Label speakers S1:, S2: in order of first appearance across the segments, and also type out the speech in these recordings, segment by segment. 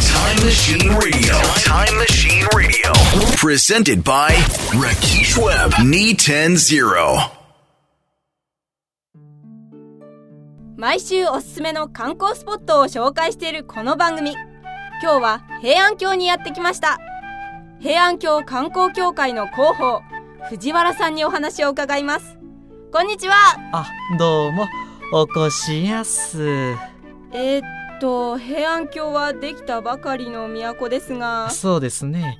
S1: Machine Radio. Time Machine Radio. Presented by Rakesh Webb. E Knee 10 0.
S2: 毎週おすすめの観光スポットを紹介しているこの番組今日は平安京にやってきました平安京観光協会の広報藤原さんにお話を伺いますこんにちは
S3: あ、どうも、おこしやす。
S2: えー、っと平安京はできたばかりの都ですが
S3: そうですね。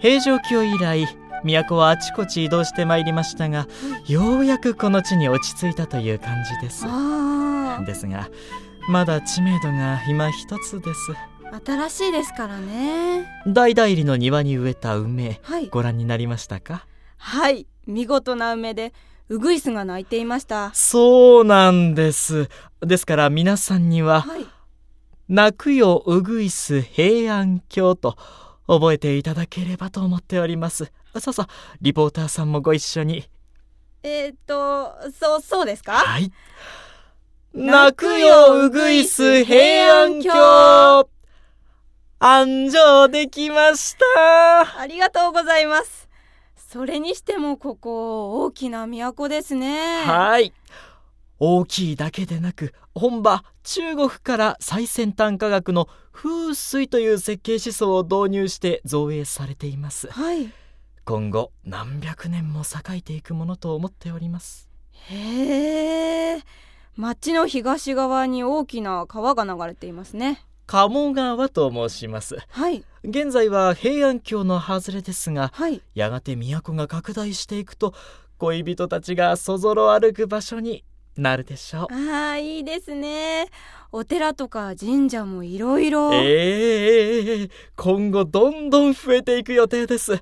S3: 平城京以来、都はあちこち移動してまいりましたが、ようやくこの地に落ち着いたという感じです。
S2: あ
S3: ですが、まだ知名度が今一つです。
S2: あ新しいですからね
S3: 大代理の庭に植えた梅、
S2: はい
S3: ご覧になりましたか
S2: はい見事な梅でウグイスが鳴いていました
S3: そうなんです。ですから皆さんには、
S2: はい
S3: 泣くようぐいす平安京と覚えていただければと思っておりますさあさあリポーターさんもご一緒に
S2: えー、っとそうそうですか
S3: はい泣くようぐいす平安京安城できました
S2: ありがとうございます。それにしてもここ大きな都ですね。
S3: はい大きいだけでなく本場中国から最先端科学の風水という設計思想を導入して造営されています
S2: はい。
S3: 今後何百年も栄えていくものと思っております
S2: へえ。町の東側に大きな川が流れていますね。
S3: 鴨川と申します
S2: はい
S3: 現在は平安京の外れですが
S2: はい。
S3: やがて都が拡大していくと恋人たちがそぞろ歩く場所になるでしょう
S2: あーいいですね。お寺とか神社もいろいろ。
S3: ええ今後どんどん増えていく予定です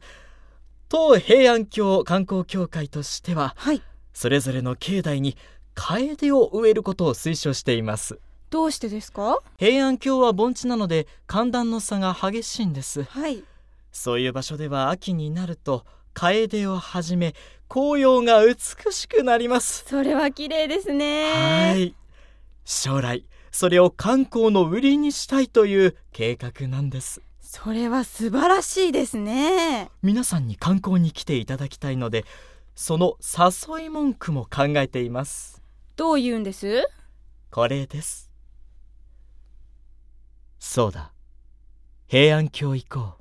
S3: 当平安京観光協会としては
S2: はい。
S3: それぞれの境内に楓を植えることを推奨しています
S2: どうしてですか？
S3: 平安京は盆地なので寒暖の差が激しいんです
S2: はい。
S3: そういう場所では秋になると楓をはじめ紅葉が美しくなります
S2: それは綺麗ですね。
S3: はい将来それを観光の売りにしたいという計画なんです
S2: それは素晴らしいですね。
S3: 皆さんに観光に来ていただきたいのでその誘い文句も考えています
S2: どう言うんです？
S3: これですそうだ平安京行こ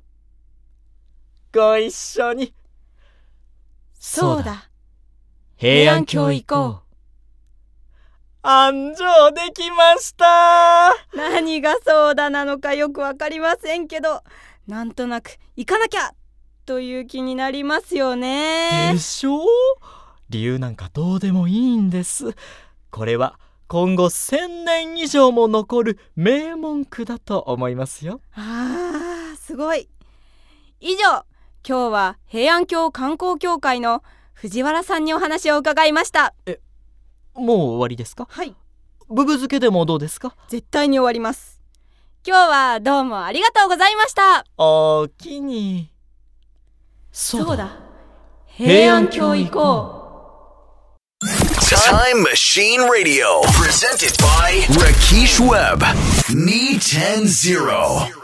S3: うご一緒にそうだ。
S2: 平安京行こ
S3: う。安城できました
S2: 何がそうだなのかよくわかりませんけどなんとなく行かなきゃという気になりますよね
S3: でしょう理由なんかどうでもいいんです。これは今後千年以上も残る名文句だと思いますよ。
S2: あーすごい以上今日は平安京観光協会の藤原さんにお話を伺いました
S3: もう終わりですか
S2: はい
S3: ブブ漬けでもどうですか
S2: 絶対に終わります今日はどうもありがとうございました
S3: おきに。そ
S2: 平安京行こう
S1: Time Machine E Radio. Presented by Rakesh Webb. Knee 10 0.